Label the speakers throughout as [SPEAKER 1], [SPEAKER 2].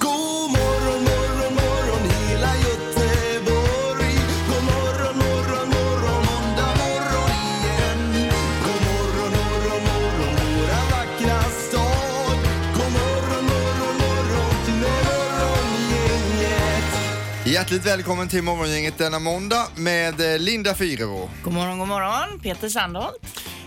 [SPEAKER 1] God morgon, morgon, morgon hela Göteborg. God morgon, morgon, morgon måndag morgon igen. God morgon, morgon, morgon våra vackra stad. God morgon, morgon, morgon till morgongänget.
[SPEAKER 2] Hjärtligt välkommen till Morgongänget denna måndag med eh, Linda Fyrebo.
[SPEAKER 3] God morgon, god morgon. Peter Sandholt.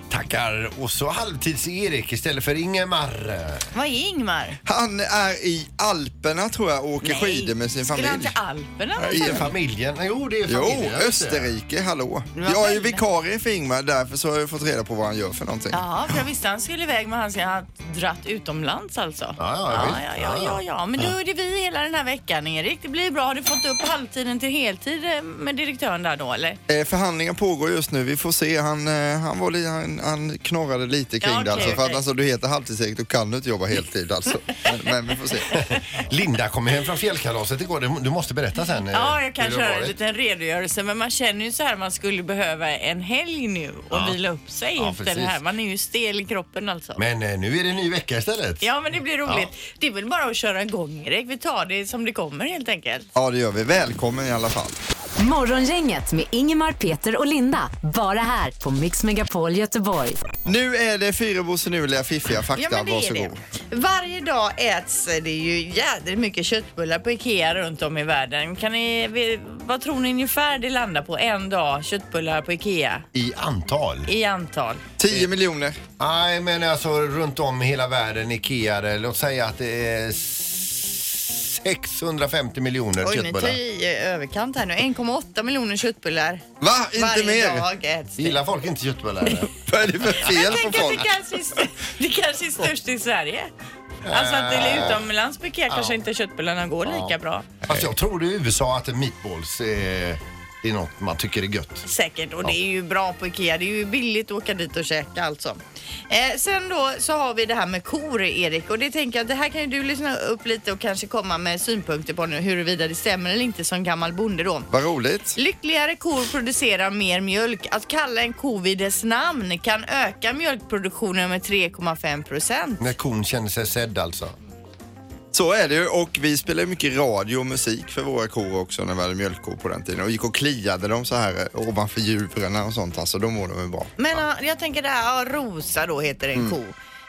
[SPEAKER 4] Tackar. Och så halvtids-Erik istället för Ingemar.
[SPEAKER 3] Vad är Ingmar?
[SPEAKER 2] Han är i Alperna tror jag och åker skidor med sin
[SPEAKER 3] Skulle han
[SPEAKER 2] familj.
[SPEAKER 3] till Alperna?
[SPEAKER 4] I familjen. Jo, det är
[SPEAKER 2] Jo,
[SPEAKER 4] familjen.
[SPEAKER 2] Österrike, hallå.
[SPEAKER 3] var
[SPEAKER 2] Jag är ju
[SPEAKER 3] väldigt-
[SPEAKER 2] vikarie för Ingmar, därför så har jag fått reda på vad han gör för någonting.
[SPEAKER 3] Ja, för jag visste han skulle iväg men han ska ha dratt utomlands alltså.
[SPEAKER 4] ja,
[SPEAKER 3] ja,
[SPEAKER 4] visst.
[SPEAKER 3] ja, ja,
[SPEAKER 4] Ja,
[SPEAKER 3] ja,
[SPEAKER 4] ja.
[SPEAKER 3] ja. Men då är det vi hela den här veckan Erik. Det blir bra. Har du fått upp halvtiden till heltid eh, med direktören där då eller?
[SPEAKER 2] Eh, förhandlingar pågår just nu, vi får se. Han, eh, han, var li, han, han knorrade lite kring
[SPEAKER 3] Ja,
[SPEAKER 2] det
[SPEAKER 3] okej,
[SPEAKER 2] alltså. För att
[SPEAKER 3] okej.
[SPEAKER 2] alltså, du heter halvtids-Erik, då kan du inte jobba heltid alltså. Men, men vi får se.
[SPEAKER 4] Linda kom hem från fjällkalaset igår. Du- Du måste berätta sen. eh,
[SPEAKER 3] Ja, jag kan
[SPEAKER 4] hur det
[SPEAKER 3] köra en
[SPEAKER 4] varit.
[SPEAKER 3] liten redogörelse men man känner ju så här man skulle behöva en helg nu och vila upp sig
[SPEAKER 4] Ja,
[SPEAKER 3] efter det
[SPEAKER 4] precis.
[SPEAKER 3] här. Man är ju stel i kroppen alltså.
[SPEAKER 4] Men eh, nu är det en ny vecka istället.
[SPEAKER 3] Ja men det blir roligt. Det är väl bara att köra igång Erik. Vi tar det som det kommer helt enkelt.
[SPEAKER 2] Ja, det gör vi. Välkommen i alla fall.
[SPEAKER 5] Morgongänget med Ingemar, Peter och Linda. Bara här på Mix Megapol Göteborg.
[SPEAKER 2] Nu är det Fyrebos finurliga fiffiga
[SPEAKER 3] Ja,
[SPEAKER 2] fakta,
[SPEAKER 3] men det är
[SPEAKER 2] varsågod.
[SPEAKER 3] det. Varje dag äts eh, det ju jädrigt mycket köttbullar på Ikea runt om i världen. Kan ni, vi- vad tror ni ungefär det landar på en dag köttbullar på Ikea
[SPEAKER 4] I antal.
[SPEAKER 3] i antal?
[SPEAKER 2] 10 miljoner.
[SPEAKER 4] Nej, men alltså runt om i hela världen, Ikea, det- låt säga att det är s- 650 miljoner
[SPEAKER 3] Oj, nu tar
[SPEAKER 4] köttbullar.
[SPEAKER 3] jag i eh, överkant här nu. 1,8 miljoner köttbullar
[SPEAKER 2] Va? Inte
[SPEAKER 3] varje
[SPEAKER 2] mer?
[SPEAKER 3] dag äts det.
[SPEAKER 4] Gillar folk inte köttbullar? eller?
[SPEAKER 2] Vad är det för fel
[SPEAKER 3] Men
[SPEAKER 2] på
[SPEAKER 3] tänk att
[SPEAKER 2] folk?
[SPEAKER 3] det kanske, är st- det kanske är störst i Sverige. Alltså att det
[SPEAKER 2] Äh.
[SPEAKER 3] är utomlands på Ikea kanske inte köttbullarna går lika bra.
[SPEAKER 4] alltså, jag tror det är i USA att meatballs eh, är något man tycker är gött.
[SPEAKER 3] Säkert och det är ju bra på Ikea. Det är ju billigt att åka dit och käka alltså. Eh, sen då så har vi det här med kor Erik och det tänker jag att det här kan ju du lyssna upp lite och kanske komma med synpunkter på nu huruvida det stämmer eller inte som gammal bonde då.
[SPEAKER 2] Vad roligt.
[SPEAKER 3] Lyckligare kor producerar mer mjölk. Att kalla en ko vid dess namn kan öka mjölkproduktionen med 3,5 procent.
[SPEAKER 4] När kon känner sig sedd alltså.
[SPEAKER 2] Så är det ju och vi spelade mycket radio och musik för våra kor också när vi hade mjölkkor på den tiden och gick och kliade dem så här eh, ovanför djuren och sånt alltså. Då mår de ju bra.
[SPEAKER 3] Men ja. jag tänker det här, ja, rosa då heter
[SPEAKER 2] Mm.
[SPEAKER 3] en ko.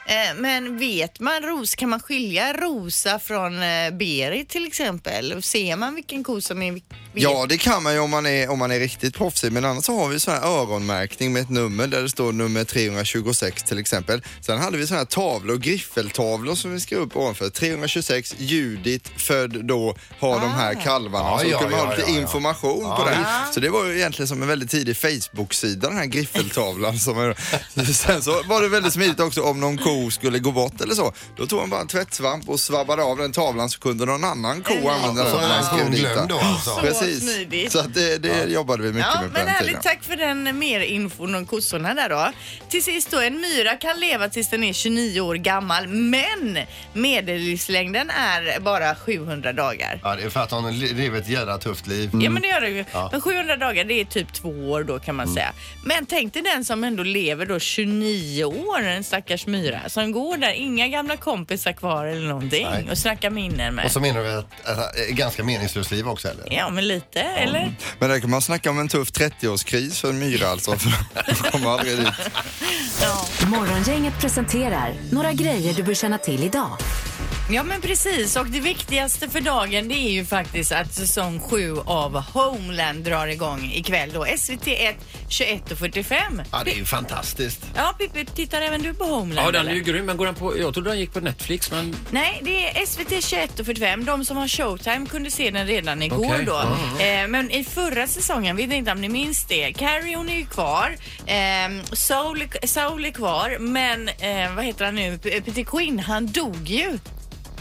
[SPEAKER 3] Eh, Men vet man ros, kan man skilja rosa från eh, Berit till exempel? Och Ser man vilken ko som är vil-
[SPEAKER 2] Ja, det kan man ju om man är, om man är riktigt proffsig men annars så har vi så här öronmärkning med ett nummer där det står nummer 326 till exempel. Sen hade vi så här tavlor, griffeltavlor som vi skrev upp ovanför. 326 Judit född då har de här kalvarna.
[SPEAKER 4] Ja,
[SPEAKER 2] så
[SPEAKER 4] ja,
[SPEAKER 2] kunde man ha
[SPEAKER 4] ja,
[SPEAKER 2] lite
[SPEAKER 4] ja, ja.
[SPEAKER 2] information på den. Så det var ju egentligen som en väldigt tidig Facebook-sida den här griffeltavlan. som är, sen så var det väldigt smidigt också om någon ko skulle gå bort eller så. Då tog man bara en tvättsvamp och svabbade av den tavlan så kunde någon annan ko använda den.
[SPEAKER 4] Så
[SPEAKER 2] när
[SPEAKER 4] är
[SPEAKER 2] man
[SPEAKER 4] den kon
[SPEAKER 2] skrev dit den.
[SPEAKER 4] glömd då alltså.
[SPEAKER 2] Precis.
[SPEAKER 3] smidigt.
[SPEAKER 2] Så att det, det jobbade vi mycket
[SPEAKER 3] Ja,
[SPEAKER 2] med på
[SPEAKER 3] men
[SPEAKER 2] den tiden.
[SPEAKER 3] härligt. Tack för den eh, mer infon om kossorna där då. Till sist då, en myra kan leva tills den är 29 år gammal, men medellivslängden är bara 700 dagar.
[SPEAKER 4] Ja, det är för att hon lever ett jävla tufft liv.
[SPEAKER 3] Ja men det gör det ju.
[SPEAKER 4] Mm. Ja. Mm.
[SPEAKER 3] Men 700 dagar det är typ två år då kan man säga. Men tänk dig den som ändå lever då 29 år, en stackars myra som går där, inga gamla kompisar kvar eller någonting
[SPEAKER 4] Nej.
[SPEAKER 3] och snackar minnen med.
[SPEAKER 4] Och så menar du att, att, att ganska meningslöst liv också eller?
[SPEAKER 3] Ja men lite eller?
[SPEAKER 2] Men där kan man snacka om en tuff 30-årskris för en myra alltså. För de kommer aldrig dit.
[SPEAKER 5] Morgongänget presenterar några grejer du bör känna till idag.
[SPEAKER 3] Ja men precis och det viktigaste för dagen det är ju faktiskt att säsong 7 av Homeland drar igång ikväll då. SVT 1 21.45.
[SPEAKER 4] Ja, det är ju fantastiskt.
[SPEAKER 3] Ja Pippi, tittar även du på Homeland?
[SPEAKER 6] Ja, den är
[SPEAKER 3] eller?
[SPEAKER 6] ju grym. Men går den på, jag trodde den gick på Netflix, men
[SPEAKER 3] Nej, det är SVT 21.45. De som har Showtime kunde se den redan igår
[SPEAKER 6] Okej.
[SPEAKER 3] då.
[SPEAKER 6] Ja,
[SPEAKER 3] Eh, men i förra säsongen, vet inte om ni minns det, Carrie hon är ju kvar, eh, Saul, eh, Saul är kvar, men eh, vad heter han nu, P- Peter Quinn, han dog ju.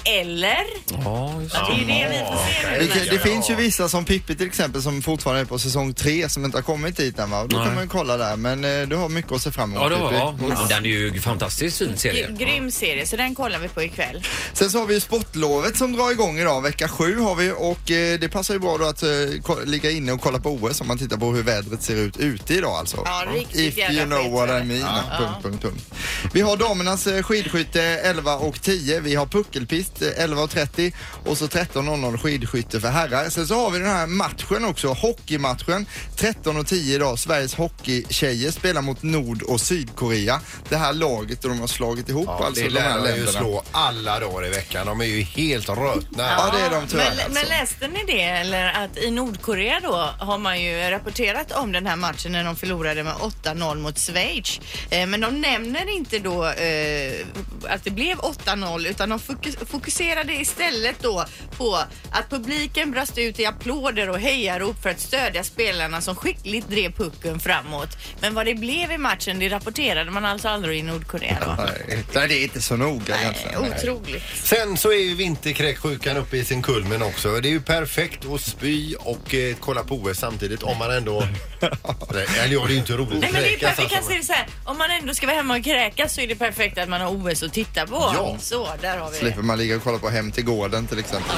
[SPEAKER 3] Eller?
[SPEAKER 6] Ja, just
[SPEAKER 3] Det är ju det vi får se nu.
[SPEAKER 2] Det, kan, det finns ju vissa som Pippi till exempel som fortfarande är på säsong tre som inte har kommit dit än va? Och Då
[SPEAKER 6] Nej.
[SPEAKER 2] kan man ju kolla där men eh, du har mycket att se fram emot
[SPEAKER 6] Ja, det var,
[SPEAKER 2] Pippi.
[SPEAKER 6] ja. Och Den är ju fantastiskt fin serie.
[SPEAKER 3] Gr- Grym serie, så den kollar vi på ikväll.
[SPEAKER 2] Sen så har vi ju sportlovet som drar igång idag, vecka sju har vi och eh, det passar ju bra då att eh, ko- ligga inne och kolla på OS om man tittar på hur vädret ser ut ute idag alltså.
[SPEAKER 3] Ja, riktigt
[SPEAKER 2] If
[SPEAKER 3] jävla
[SPEAKER 2] you know
[SPEAKER 3] skit,
[SPEAKER 2] what I
[SPEAKER 3] eller?
[SPEAKER 2] mean. Punkt, punkt, punkt. Vi har damernas eh, skidskytte 11 och 10, vi har puckelpist eh, 11 och 30 och så 13.00 skidskytte för herrar. Sen så har vi den här matchen också, hockeymatchen 13 och 10 idag. Sveriges hockeytjejer spelar mot Nord och Sydkorea. Det här laget och de har slagit ihop
[SPEAKER 4] Ja,
[SPEAKER 2] alltså
[SPEAKER 4] det
[SPEAKER 2] de här
[SPEAKER 4] lär de ju
[SPEAKER 2] länderna.
[SPEAKER 4] slå alla dagar i veckan. De är ju helt rötna.
[SPEAKER 2] Ja, det är de tyvärr
[SPEAKER 3] men,
[SPEAKER 2] alltså.
[SPEAKER 3] men läste ni det eller att i Nordkorea då har man ju rapporterat om den här matchen när de förlorade med 8-0 mot Schweiz. Eh, men de nämner inte då eh, att det blev 8-0 utan de fokus- fokuserade istället då på att publiken brast ut i applåder och hejarop för att stödja spelarna som skickligt drev pucken framåt. Men vad det blev i matchen det rapporterade man alltså aldrig i Nordkorea. Då.
[SPEAKER 2] Nej, det är inte så noga
[SPEAKER 3] Eh,
[SPEAKER 2] egentligen.
[SPEAKER 3] Otroligt.
[SPEAKER 4] Sen så är ju vinterkräksjukan uppe i sin kulmen också. Det är ju perfekt att spy och eh, kolla på OS samtidigt om man ändå... Nej, Eller ja, det är ju inte roligt
[SPEAKER 3] Nej,
[SPEAKER 4] att
[SPEAKER 3] men det är
[SPEAKER 4] kräkas.
[SPEAKER 3] perfekt. Vi kan
[SPEAKER 4] alltså.
[SPEAKER 3] se det så här. Om man ändå ska vara hemma och kräkas så är det perfekt att man har OS att titta på.
[SPEAKER 4] Ja.
[SPEAKER 3] Så, där har vi det.
[SPEAKER 2] Slipper man ligga och kolla på Hem till gården till exempel.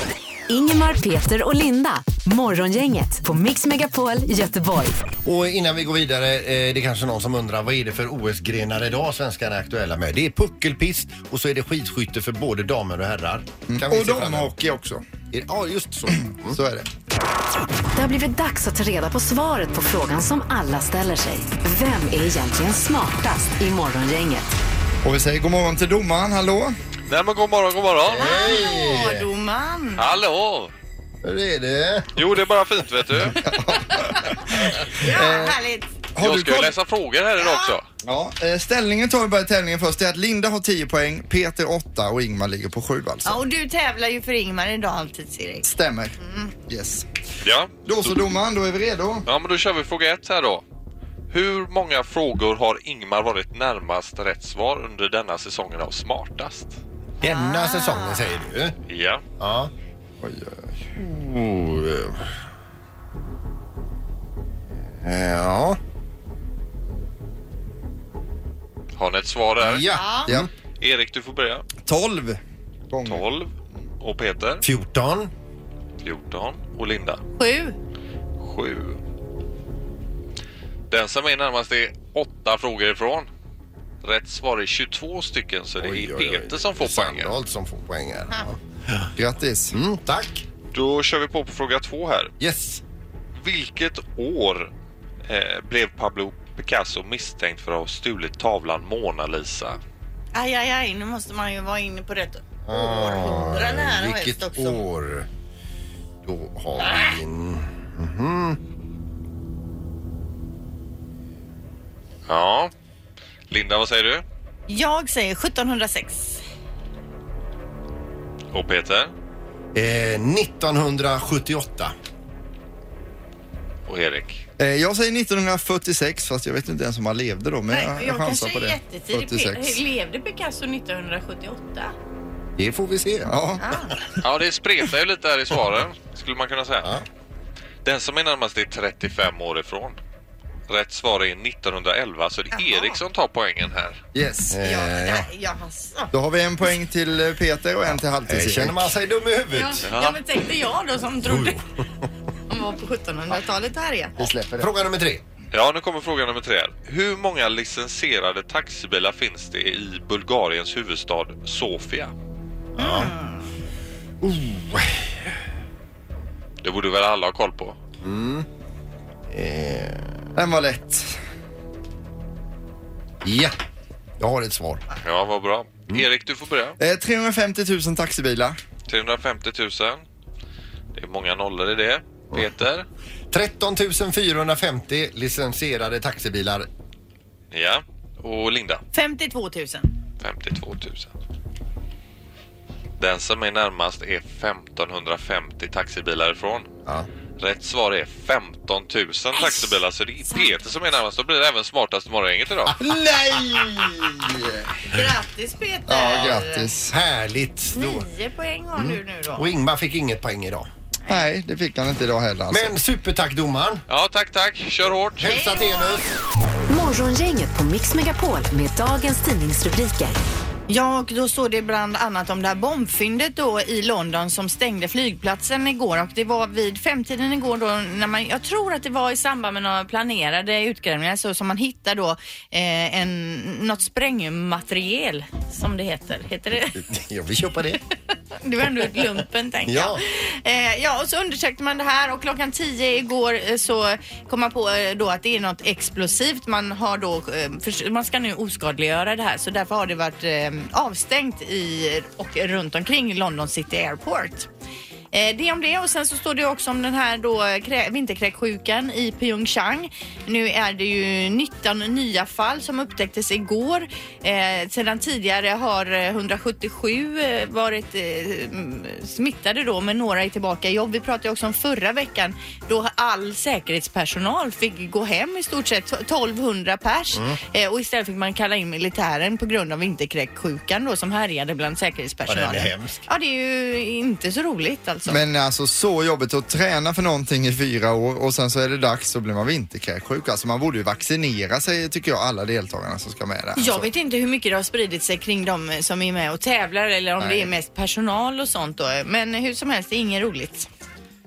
[SPEAKER 5] Ingemar, Peter och Linda. Morgongänget på Mix Megapol Göteborg.
[SPEAKER 4] Och innan vi går vidare, eh, det är kanske någon som undrar vad är det för OS-grenar idag svenskarna är aktuella med? Det är puckelpist och så är det skidskytte för både damer och herrar. Kan vi
[SPEAKER 2] Mm. Och
[SPEAKER 4] se fram emot?
[SPEAKER 2] damhockey också.
[SPEAKER 4] Är- Ja, just så. Mm.
[SPEAKER 2] Så är det.
[SPEAKER 5] Det har blivit dags att ta reda på svaret på frågan som alla ställer sig. Vem är egentligen smartast i Morgongänget?
[SPEAKER 2] Och vi säger god morgon till domaren, hallå?
[SPEAKER 7] Nej men god morgon, god morgon.
[SPEAKER 3] Hallå, domaren!
[SPEAKER 7] Hallå!
[SPEAKER 4] Hur är det?
[SPEAKER 7] Jo det är bara fint vet du.
[SPEAKER 3] Ja, härligt!
[SPEAKER 2] Har
[SPEAKER 7] Jag
[SPEAKER 2] du
[SPEAKER 7] ska ju
[SPEAKER 2] koll?
[SPEAKER 7] läsa frågor här idag också.
[SPEAKER 2] Ja, eh, ställningen tar vi bara i tävlingen först. Det är att Linda har 10 poäng, Peter 8 och Ingmar ligger på 7 alltså.
[SPEAKER 3] Ja, och du tävlar ju för Ingmar idag alltid, Erik.
[SPEAKER 2] Stämmer. Yes.
[SPEAKER 7] Ja.
[SPEAKER 2] Då så domaren, då är vi redo.
[SPEAKER 7] ja men då kör vi fråga ett här då. Hur många frågor har Ingmar varit närmast rätt svar under denna säsongen av Smartast?
[SPEAKER 4] Denna
[SPEAKER 2] Ah.
[SPEAKER 4] säsongen säger du?
[SPEAKER 7] Ja.
[SPEAKER 4] Ja.
[SPEAKER 2] Oj, oj, oj.
[SPEAKER 4] Oh, eh. Ja.
[SPEAKER 7] Har ni ett svar där?
[SPEAKER 4] Ja.
[SPEAKER 2] Ja.
[SPEAKER 7] Erik du får börja.
[SPEAKER 2] 12 gånger.
[SPEAKER 7] 12. Och Peter?
[SPEAKER 4] 14.
[SPEAKER 7] 14. Och Linda?
[SPEAKER 3] Sju.
[SPEAKER 7] 7. Den som är närmast är åtta frågor ifrån. Rätt svar är 22 stycken så det är Peter som får poängen.
[SPEAKER 4] Sandholt som får poäng här.
[SPEAKER 2] Grattis.
[SPEAKER 4] Mm, tack.
[SPEAKER 7] Då kör vi på på fråga två här.
[SPEAKER 4] Yes.
[SPEAKER 7] Vilket år eh, blev Pablo Picasso misstänkt för att ha stulit tavlan Mona Lisa?
[SPEAKER 3] Aj, aj, aj, nu måste man ju vara inne på rätt århundrade här helst
[SPEAKER 4] Vilket
[SPEAKER 3] också.
[SPEAKER 4] år? Då har vi... en-
[SPEAKER 7] Ja. Linda, vad säger du?
[SPEAKER 3] Jag säger 1706.
[SPEAKER 7] Och Peter?
[SPEAKER 4] Eh, 1978.
[SPEAKER 7] Och Erik?
[SPEAKER 2] Eh, Jag säger 1946 fast jag vet inte ens om han levde då men jag,
[SPEAKER 3] Nej, jag
[SPEAKER 2] chansar
[SPEAKER 3] kanske
[SPEAKER 2] på
[SPEAKER 3] är
[SPEAKER 2] det.
[SPEAKER 3] jättetidig. Pe-
[SPEAKER 2] 46.
[SPEAKER 3] Levde Picasso 1978?
[SPEAKER 4] Det får vi se.
[SPEAKER 2] Ja.
[SPEAKER 7] Ja, det spretar ju lite här i svaren, skulle man kunna säga.
[SPEAKER 4] Ja.
[SPEAKER 7] Den som är närmast är 35 år ifrån. Rätt svar är 1911, så det är
[SPEAKER 3] Jaha.
[SPEAKER 7] Erik som tar poängen här.
[SPEAKER 2] Yes.
[SPEAKER 4] Eh,
[SPEAKER 3] Ja,
[SPEAKER 4] ja.
[SPEAKER 3] nej, ja, alltså.
[SPEAKER 2] Då har vi en poäng till eh, Peter och en till
[SPEAKER 4] Eh,
[SPEAKER 2] halvtids
[SPEAKER 4] Känner man sig dum i
[SPEAKER 3] Ja,
[SPEAKER 4] huvudet?
[SPEAKER 3] ja, men tänkte jag då som trodde han var på 1700-talet här ja.
[SPEAKER 2] Vi släpper det.
[SPEAKER 4] Fråga nummer tre.
[SPEAKER 7] Ja, nu kommer fråga nummer tre. här. Hur många licensierade taxibilar finns det i Bulgariens huvudstad Sofia? Oh. Det borde väl alla ha koll på?
[SPEAKER 2] Den var lätt.
[SPEAKER 4] Ja, jag har ett svar.
[SPEAKER 7] Ja, vad bra. Erik, du får börja.
[SPEAKER 2] Eh, 350 000 taxibilar.
[SPEAKER 7] 350 000. Det är många nollor i det. Peter?
[SPEAKER 4] 13 450 licensierade taxibilar.
[SPEAKER 7] Ja. Och Linda?
[SPEAKER 3] 52 000.
[SPEAKER 7] 52 000. Den som är närmast är 1550 taxibilar ifrån.
[SPEAKER 4] Ja.
[SPEAKER 7] Rätt svar är 15 000 taxibilar, så det är Peter som är närmast. Då blir det även smartast i morgongänget idag.
[SPEAKER 2] Nej!
[SPEAKER 3] Grattis Peter!
[SPEAKER 2] Ja, grattis.
[SPEAKER 4] Härligt! Då.
[SPEAKER 3] Nio poäng har du nu då.
[SPEAKER 2] Mm.
[SPEAKER 4] Och Ingmar fick inget poäng idag.
[SPEAKER 2] Nej, det fick han inte idag heller alltså.
[SPEAKER 4] Men supertack domaren!
[SPEAKER 7] Ja, tack, tack. Kör hårt.
[SPEAKER 4] Hälsa Tenus!
[SPEAKER 5] Morgongänget på Mix Megapol med dagens tidningsrubriker.
[SPEAKER 3] Ja, och då står det bland annat om det här bombfyndet då i London som stängde flygplatsen igår och det var vid femtiden igår då när man, jag tror att det var i samband med några planerade utgrävningar så som man hittar då eh, en, något sprängmateriel som det heter. Heter det?
[SPEAKER 4] Jag vill köpa det.
[SPEAKER 3] Det var ändå ett lumpen tänker
[SPEAKER 4] Ja.
[SPEAKER 3] jag. Eh, ja, och så undersökte man det här och klockan 10 igår eh, så kom man på eh, då att det är något explosivt. Man har då, eh, förs- man ska nu oskadliggöra det här så därför har det varit eh, avstängt i och runt omkring London City Airport. Eh, Det om det och sen så står det också om den här då eh, krä- vinterkräksjukan i Pyeongchang. Nu är det ju 19 eh, nya fall som upptäcktes igår. Eh, sedan tidigare har eh, 177 eh, varit eh, mm, smittade då men några är tillbaka i jobb. Vi pratade ju också om förra veckan då all säkerhetspersonal fick gå hem i stort sett, 1200 pers.
[SPEAKER 4] Mm.
[SPEAKER 3] Eh, och istället fick man kalla in militären på grund av vinterkräksjukan då som härjade bland säkerhetspersonalen.
[SPEAKER 4] Ja, den är hemsk.
[SPEAKER 3] Ja, det är ju inte så roligt alltså.
[SPEAKER 2] Men alltså så jobbigt att träna för någonting i fyra år och sen så är det dags så blir man vinterkräksjuk. Alltså man borde ju vaccinera sig tycker jag, alla deltagarna som ska med där.
[SPEAKER 3] Jag vet inte hur mycket det har spridit sig kring de som är med och tävlar eller om
[SPEAKER 2] Nej.
[SPEAKER 3] det är mest personal och sånt då. Men hur som helst, det är inget roligt.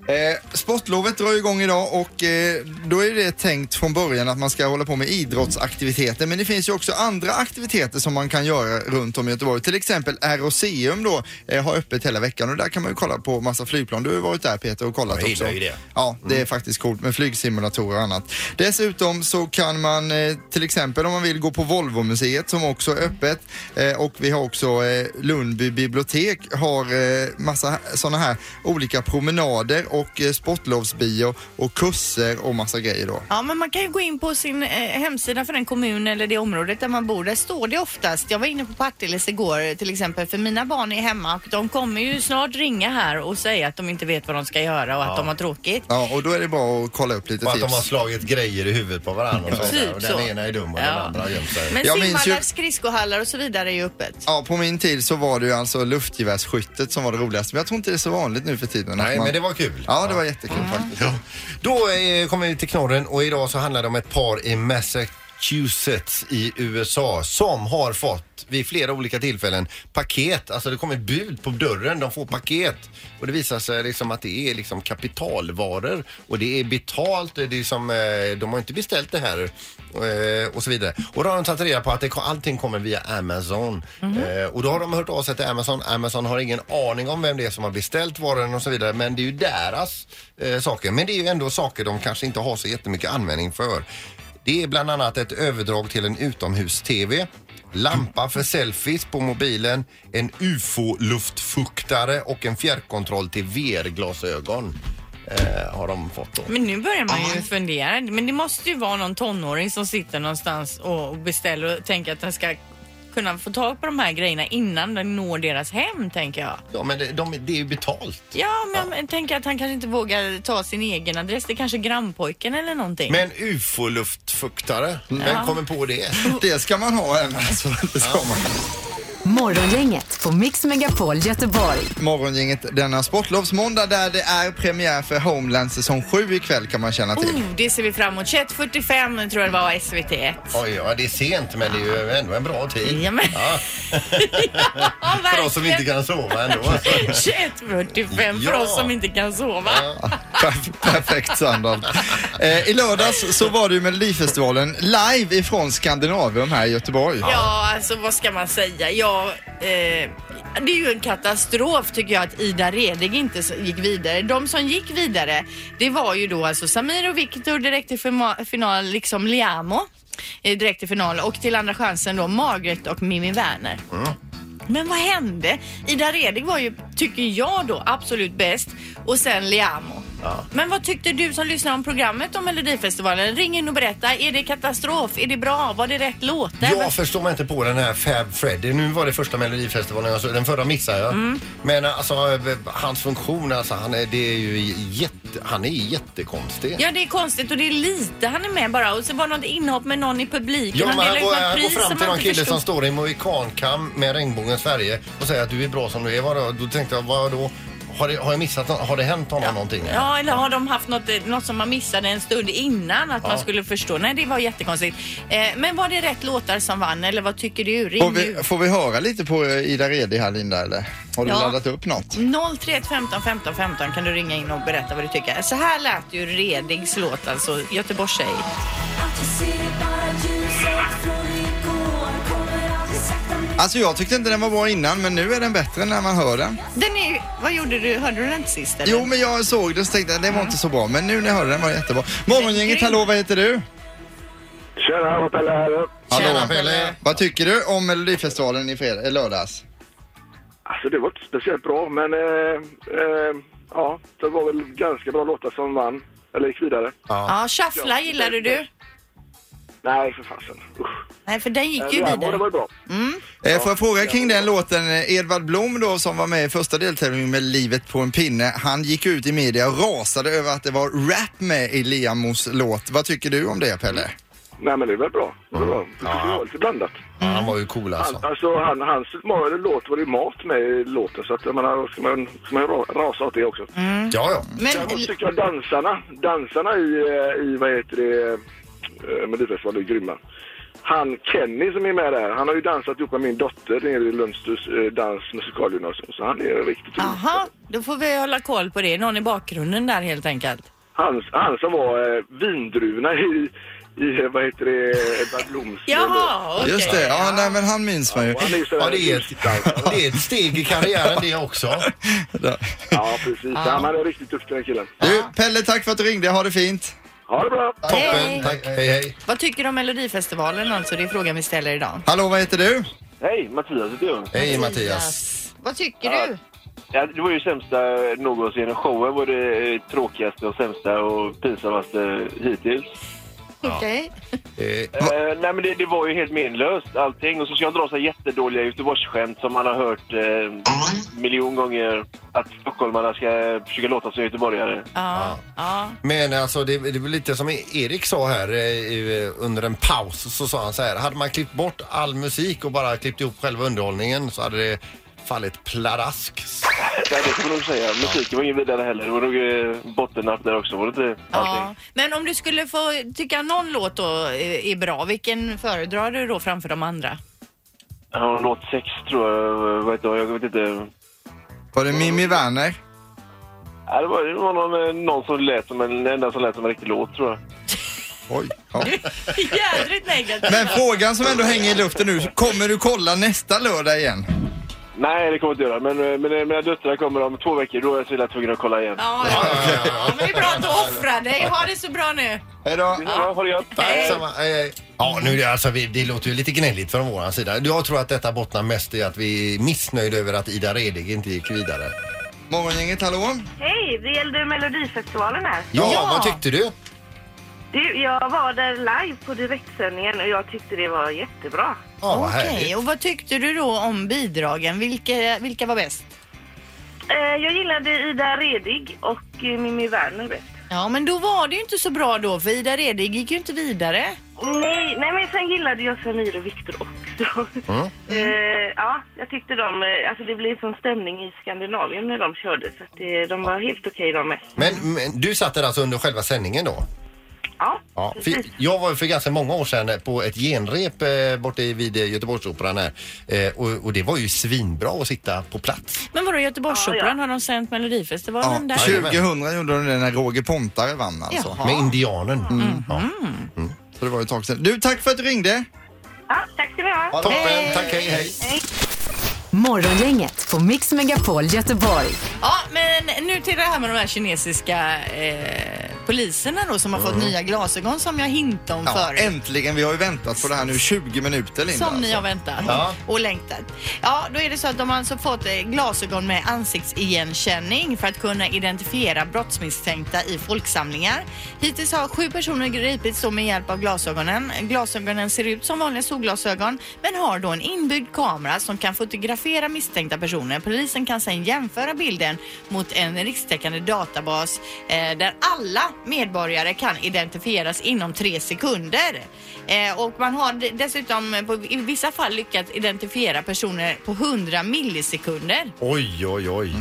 [SPEAKER 2] Eh, sportlovet drar igång idag och eh, då är det tänkt från början att man ska hålla på med idrottsaktiviteter men det finns ju också andra aktiviteter som man kan göra runt om i Göteborg. Till exempel Aeroseum då eh, har öppet hela veckan och där kan man ju kolla på massa flygplan. Du har ju varit där Peter och kollat
[SPEAKER 4] Jag
[SPEAKER 2] också.
[SPEAKER 4] gillar ju det.
[SPEAKER 2] Ja, det
[SPEAKER 4] Mm.
[SPEAKER 2] är faktiskt coolt med flygsimulatorer och annat. Dessutom så kan man eh, till exempel om man vill gå på Volvo-museet som också är öppet eh, och vi har också eh, Lundby bibliotek har eh, massa sådana här olika promenader och eh, sportlovsbio och kurser och massa grejer då.
[SPEAKER 3] Ja, men man kan ju gå in på sin eh, hemsida för den kommun eller det området där man bor. Där står det oftast. Jag var inne på Partilles igår eh, till exempel för mina barn är hemma och de kommer ju snart ringa här och säga att de inte vet vad de ska göra och att de har tråkigt.
[SPEAKER 2] Ja, och då är det bra att kolla upp lite
[SPEAKER 4] Och att de har
[SPEAKER 2] tips.
[SPEAKER 4] slagit grejer i huvudet på varandra. Och sånt där.
[SPEAKER 3] Typ
[SPEAKER 4] Och
[SPEAKER 3] så.
[SPEAKER 4] Den ena är dum och den
[SPEAKER 3] Ja.
[SPEAKER 4] andra har gömt sig.
[SPEAKER 3] Men
[SPEAKER 2] Jag minns ju-
[SPEAKER 3] simhallar, skridskohallar och så vidare är ju öppet.
[SPEAKER 2] Ja, på min tid så var det ju alltså luftgevärsskyttet som var det roligaste. Men jag tror inte det är så vanligt nu för tiden. att
[SPEAKER 4] Nej,
[SPEAKER 2] man...
[SPEAKER 4] men det var kul. Mm.
[SPEAKER 2] Ja, det var jättekul faktiskt.
[SPEAKER 4] Ja. Då eh, kommer vi till knorren och idag så handlar det om ett par i Massachusetts i USA som har fått vid flera olika tillfällen paket, alltså det kommer bud på dörren, de får paket och det visar sig liksom att det är liksom kapitalvaror och det är betalt, det är som, eh, de har inte beställt det här eh, och så vidare. Och då har de tagit reda på att det, ko- allting kommer via Amazon eh, och då har de hört av sig till Amazon, Amazon har ingen aning om vem det är som har beställt varan och så vidare men det är ju deras eh, saker. Men det är ju ändå saker de kanske inte har så jättemycket användning för. Det är bland annat ett överdrag till en utomhus-TV, lampa för selfies på mobilen, en ufo-luftfuktare och en fjärrkontroll till VR-glasögon. Eh, har de fått då.
[SPEAKER 3] Men nu börjar man ju fundera. Men det måste ju vara någon tonåring som sitter någonstans och beställer och tänker att den ska kunna få tag på de här grejerna innan den når deras hem, tänker jag.
[SPEAKER 4] Ja, men det, de, det är ju betalt.
[SPEAKER 3] Ja, men jag tänker att han kanske inte vågar ta sin egen adress. Det är kanske grannpojken eller någonting.
[SPEAKER 4] Men ufo-luftfuktare, vem kommer på det?
[SPEAKER 2] Det ska man ha även alltså. Det ska man.
[SPEAKER 5] Morgongänget på Mix Megapol Göteborg.
[SPEAKER 2] Morgongänget denna sportlovsmåndag där det är premiär för Homeland säsong 7 ikväll kan man känna till.
[SPEAKER 3] Oh, det ser vi fram emot. 21.45 tror jag det var SVT1.
[SPEAKER 4] Oj, ja, det är sent men det är ju ändå en bra tid.
[SPEAKER 3] Ja, men...
[SPEAKER 4] Ja,
[SPEAKER 3] ja,
[SPEAKER 4] för oss som inte kan sova ändå. alltså.
[SPEAKER 3] 21.45 för
[SPEAKER 4] Ja.
[SPEAKER 3] oss som inte kan sova.
[SPEAKER 2] Perf- Perfekt standard. Eh, I lördags så var det ju Melodifestivalen live ifrån Skandinavium här i Göteborg.
[SPEAKER 3] Ja, alltså vad ska man säga? Ja, eh, det är ju en katastrof tycker jag att Ida Redig inte s- gick vidare. De som gick vidare, det var ju då alltså Samir och Viktor direkt till fema- final, liksom Liamo eh, direkt till final och till andra chansen då Margaret och Mimmi Werner. Men vad hände? Ida Redig var ju, tycker jag då, absolut bäst och sen Liamo. Men vad tyckte du som lyssnade om programmet om Melodifestivalen? Ring in och berätta. Är det katastrof? Är det bra? Var det rätt låtar?
[SPEAKER 4] Jag förstår mig inte på den här Fab Freddy. Nu var det första Melodifestivalen jag såg. Den förra missade jag.
[SPEAKER 3] Mm.
[SPEAKER 4] Men alltså hans funktion, alltså, han, är, det är ju jätte, han är jättekonstig.
[SPEAKER 3] Ja, det är konstigt och det är lite han är med bara. Och så var det något inhopp med någon i publiken.
[SPEAKER 4] Ja, men
[SPEAKER 3] han
[SPEAKER 4] han
[SPEAKER 3] delar
[SPEAKER 4] går,
[SPEAKER 3] ut
[SPEAKER 4] han
[SPEAKER 3] något
[SPEAKER 4] går
[SPEAKER 3] pris
[SPEAKER 4] fram
[SPEAKER 3] som
[SPEAKER 4] till
[SPEAKER 3] man
[SPEAKER 4] någon
[SPEAKER 3] inte
[SPEAKER 4] kille som
[SPEAKER 3] förstod.
[SPEAKER 4] står i mohikankam med regnbågens färger och säger att du är bra som du är. Vadå? Då tänkte jag, vadå? Har, det, har jag missat något? Har det hänt honom någonting?
[SPEAKER 3] Ja, eller har de haft något, eh, något som man missade en stund innan att
[SPEAKER 4] Ja.
[SPEAKER 3] man skulle förstå? Nej, det var jättekonstigt. Eh, men var det rätt låtar som vann eller vad tycker du?
[SPEAKER 2] Får
[SPEAKER 3] Ring
[SPEAKER 2] vi,
[SPEAKER 3] nu.
[SPEAKER 2] får vi höra lite på eh, Ida Redi här Linda eller? Har du
[SPEAKER 3] Ja.
[SPEAKER 2] laddat upp något?
[SPEAKER 3] 031 15 15 15 kan du ringa in och berätta vad du tycker. Så här lät ju Redigs låt, alltså Göteborgstjej.
[SPEAKER 2] Alltså jag tyckte inte den var bra innan men nu är den bättre när man hör den.
[SPEAKER 3] Den är ju, vad gjorde du? Hörde du den inte sist eller?
[SPEAKER 2] Jo men jag såg den så tänkte jag den var inte så bra men nu när jag hörde den var den jättebra. Morgongänget, hallå vad heter du?
[SPEAKER 8] Tjena, Pelle här.
[SPEAKER 2] Hallå.
[SPEAKER 4] Pelle.
[SPEAKER 2] Vad tycker du om Melodifestivalen i fred- eh, lördags?
[SPEAKER 8] Alltså det var inte speciellt bra, men eh, eh, ja, det var väl ganska bra låtar som vann. Eller gick vidare.
[SPEAKER 3] Ja, Shuffla gillade du.
[SPEAKER 8] Nej, för fasen. Usch.
[SPEAKER 3] Nej, för den gick ju
[SPEAKER 8] Eh, det
[SPEAKER 3] vidare.
[SPEAKER 8] var bra.
[SPEAKER 2] Eh, får jag fråga kring den låten, eh, Edvard Blom då som var med i första deltävlingen med Livet på en pinne, han gick ut i media och rasade över att det var rap med i Liamos låt. Vad tycker du om det Pelle?
[SPEAKER 8] Nej, men det var bra. Det var bra. Det var lite blandat.
[SPEAKER 4] Ja, Han var ju cool
[SPEAKER 8] Han,
[SPEAKER 4] alltså.
[SPEAKER 8] alltså, han, hans ma- eller låt var det mat med i låten, så att jag menar, ska man, ska man ra- rasa åt det också.
[SPEAKER 3] Mm.
[SPEAKER 4] Ja, ja.
[SPEAKER 8] Däremot
[SPEAKER 3] Men
[SPEAKER 8] tycker jag dansarna, dansarna i, eh, i vad heter det, eh, Melodifestivalen är grymma. Han Kenny som är med där, han har ju dansat ihop med min dotter nere i Lundstus eh, dans musikalgymnasium. Så han är riktigt rolig.
[SPEAKER 3] Aha, då får vi hålla koll på det. Någon i bakgrunden där helt enkelt.
[SPEAKER 8] han, han som var eh, vindruvorna i, i, eh, vad heter det, Edvard Bloms eh, låt.
[SPEAKER 3] Jaha, okej.
[SPEAKER 2] Just det, ja, nej, men han minns man ju.
[SPEAKER 8] Och han är ju sådär-
[SPEAKER 4] Ja, det, är ett, det är ett steg i karriären det också.
[SPEAKER 8] Ja, precis. Han är riktigt duktig den killen.
[SPEAKER 2] Du, Pelle, tack för att du ringde. Ha det fint.
[SPEAKER 8] Ha det bra!
[SPEAKER 4] Toppen, tack. Hej, hej.
[SPEAKER 3] Vad tycker du om Melodifestivalen alltså? Det är frågan vi ställer idag.
[SPEAKER 2] Hallå, vad heter du?
[SPEAKER 8] Hej, Mattias heter jag.
[SPEAKER 4] Hej Mattias.
[SPEAKER 3] Vad tycker du?
[SPEAKER 8] Ja, det var ju sämsta någonsin. Showen var det eh, tråkigaste och sämsta och pinsammaste hittills.
[SPEAKER 3] Okej.
[SPEAKER 4] Eh,
[SPEAKER 8] Eh, nej men det, det var ju helt menlöst allting. Och så ska jag dra så här jättedåliga Göteborgsskämt som man har hört eh, miljon gånger. Att stockholmarna ska försöka låta som göteborgare.
[SPEAKER 3] Ja. ja.
[SPEAKER 4] Men alltså det, det är väl lite som Erik sa här eh, i- under en paus så sa han så här. Hade man klippt bort all musik och bara klippt ihop själva underhållningen så hade det fallit pladask.
[SPEAKER 8] Nej, det kan man nog säga. Musiken var ingen vidare heller. Det var nog eh, bottennapp där också. Var det inte
[SPEAKER 3] Ja. Men om du skulle få tycka någon låt då eh, är bra, vilken föredrar du då framför de andra?
[SPEAKER 8] Ja, låt sex tror jag. Vad heter det? Jag vet inte.
[SPEAKER 2] Var det Mimmi Werner?
[SPEAKER 8] Ja, det var, det var någon, eh, någon som lät som en, den enda som lät som en riktig låt tror jag.
[SPEAKER 2] Oj. Ja.
[SPEAKER 3] Jädrigt negativt.
[SPEAKER 2] Men frågan som ändå hänger i luften nu, kommer du kolla nästa lördag igen?
[SPEAKER 8] Nej, det kommer jag inte göra. Men, eh, men eh, mina döttrar kommer om två veckor. Då är jag så illa tvungen att kolla igen.
[SPEAKER 3] Ja, ja, ja, ja. Men det är bra att du offrar dig. Ha det så bra nu.
[SPEAKER 2] Hej då.
[SPEAKER 8] Det är bra, Ha det gött!
[SPEAKER 4] Tack samma, hej, hej. eh, Ja, nu är det alltså, vi, det låter ju lite gnälligt från våran sida. Jag tror att detta bottnar mest i att vi är missnöjda över att Ida Redig inte gick vidare.
[SPEAKER 2] Morgongänget, hallå?
[SPEAKER 9] Hej, det gällde Melodifestivalen här.
[SPEAKER 4] Ja,
[SPEAKER 3] Ja.
[SPEAKER 4] vad tyckte du?
[SPEAKER 9] Du, jag var där live på direktsändningen och jag tyckte det var jättebra.
[SPEAKER 4] Ja, vad
[SPEAKER 3] Okej,
[SPEAKER 4] härligt.
[SPEAKER 3] och vad tyckte du då om bidragen? Vilka, vilka var bäst?
[SPEAKER 9] Eh, jag gillade Ida Redig och eh, Mimmi Werner bäst.
[SPEAKER 3] Ja, men då var det ju inte så bra då, för Ida Redig gick ju inte vidare.
[SPEAKER 9] Nej, nej, men sen gillade jag Samir och Viktor också. eh, ja, jag tyckte de, eh, alltså det blev sån stämning i Skandinavien när de körde så att eh, de var helt okej de med.
[SPEAKER 4] Men, men du satt där alltså under själva sändningen då?
[SPEAKER 9] Ja,
[SPEAKER 4] Ja, för jag var ju för ganska många år sedan på ett genrep eh, borta i- vid eh, Göteborgsoperan här. Eh, och, och det var ju svinbra att sitta på plats.
[SPEAKER 3] Men vadå, Göteborgsoperan,
[SPEAKER 9] Ja, ja.
[SPEAKER 3] har de sänt Melodifestivalen
[SPEAKER 2] Ja,
[SPEAKER 3] där?
[SPEAKER 2] 2000 gjorde de det när Roger Pontare vann alltså.
[SPEAKER 3] Jaha.
[SPEAKER 4] Med indianen. Ja.
[SPEAKER 2] Så det var ju ett tag sedan. Du, tack för att du ringde.
[SPEAKER 9] ja tack ska ni ha.
[SPEAKER 4] Toppen, tack hej hej.
[SPEAKER 5] Morgongänget på Mix Megapol Göteborg.
[SPEAKER 3] Ja, men nu till det här med de här kinesiska eh, poliserna då som har fått
[SPEAKER 2] Mm.
[SPEAKER 3] nya glasögon som jag hintade om
[SPEAKER 2] Ja,
[SPEAKER 3] förut.
[SPEAKER 2] äntligen, vi har ju väntat på det här nu 20 minuter Linda. alltså.
[SPEAKER 3] Som ni har väntat
[SPEAKER 2] Ja.
[SPEAKER 3] och längtat. Ja, då är det så att de har alltså fått eh, glasögon med ansiktsigenkänning för att kunna identifiera brottsmisstänkta i folksamlingar. Hittills har sju personer gripits då med hjälp av glasögonen. Glasögonen ser ut som vanliga solglasögon men har då en inbyggd kamera som kan fotografera misstänkta personer. Polisen kan sedan jämföra bilden mot en rikstäckande databas eh, där alla medborgare kan identifieras inom tre sekunder. Eh, och man har d- dessutom eh, på, i vissa fall lyckats identifiera personer på 100 millisekunder.
[SPEAKER 4] Oj, oj, oj.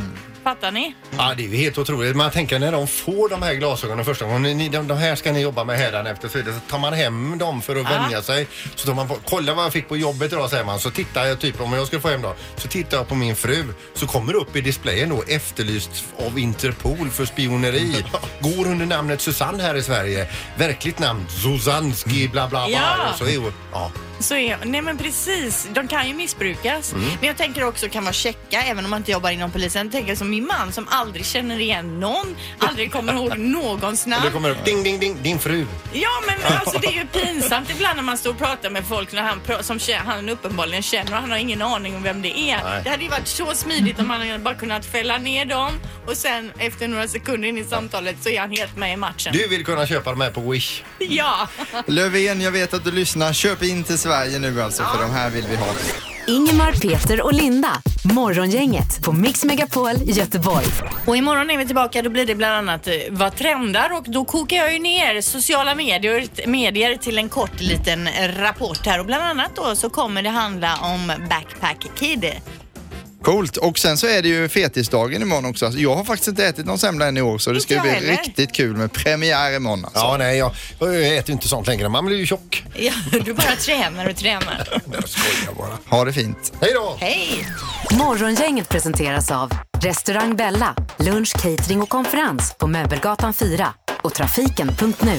[SPEAKER 3] Fattar ni?
[SPEAKER 4] Ja, det är ju helt otroligt. Man tänker när de får de här glasögonen första gången, ni- de, de här ska ni jobba med hädanefter, så är det- så tar man hem dem för att
[SPEAKER 3] Ja.
[SPEAKER 4] vänja sig. Så tar man på, kolla vad jag fick på jobbet idag säger man, så tittar jag typ, om jag skulle få hem dem, så tittar jag på min fru, så kommer det upp i displayen då efterlyst av Interpol för spioneri. Går under namnet Susanne här i Sverige, verkligt namn Zuzanski bla bla bla.
[SPEAKER 3] Ja.
[SPEAKER 4] Och så är hon, ja.
[SPEAKER 3] Så är, nej men precis, de kan ju missbrukas.
[SPEAKER 4] Mm.
[SPEAKER 3] Men jag tänker också kan vara checka även om man inte jobbar inom polisen. Jag tänker som min man som aldrig känner igen någon, aldrig kommer ihåg någons
[SPEAKER 4] Och
[SPEAKER 3] namn.
[SPEAKER 4] det kommer upp, ding ding ding, din fru.
[SPEAKER 3] Ja men alltså det är ju pinsamt ibland när man står och pratar med folk när han, pra- som kä- han uppenbarligen känner och han har ingen aning om vem det är.
[SPEAKER 4] Nej.
[SPEAKER 3] Det hade ju varit så smidigt om han hade bara kunnat fälla ner dem och sen efter några sekunder in i samtalet så är han helt med i matchen.
[SPEAKER 4] Du vill kunna köpa de här på Wish.
[SPEAKER 3] Ja!
[SPEAKER 2] Löfven, jag vet att du lyssnar. Köp in till Sverige nu alltså, för de här vill vi ha.
[SPEAKER 5] Ingemar, Peter och Linda. Morgongänget på Mix Megapol Göteborg.
[SPEAKER 3] Och imorgon är vi tillbaka, då blir det bland annat eh, Vad trendar? Och då kokar jag ju ner sociala medier, medier till en kort liten rapport här. Och bland annat då så kommer det handla om Backpack Kid.
[SPEAKER 2] Coolt. Och sen så är det ju fetisdagen imorgon också. Alltså, Jag har faktiskt inte ätit någon semla än i år, så det ska ju
[SPEAKER 3] jag
[SPEAKER 2] bli
[SPEAKER 3] heller.
[SPEAKER 2] riktigt kul med premiär imorgon. Alltså.
[SPEAKER 4] Ja, nej, jag, jag äter ju inte sånt längre. Man blir ju tjock.
[SPEAKER 3] Ja, du bara tränar och tränar.
[SPEAKER 2] Ha det fint.
[SPEAKER 4] Hej då!
[SPEAKER 3] Hej!
[SPEAKER 5] Morgongänget presenteras av Restaurang Bella, lunch, catering och konferens på Möbelgatan 4 och trafiken.nu.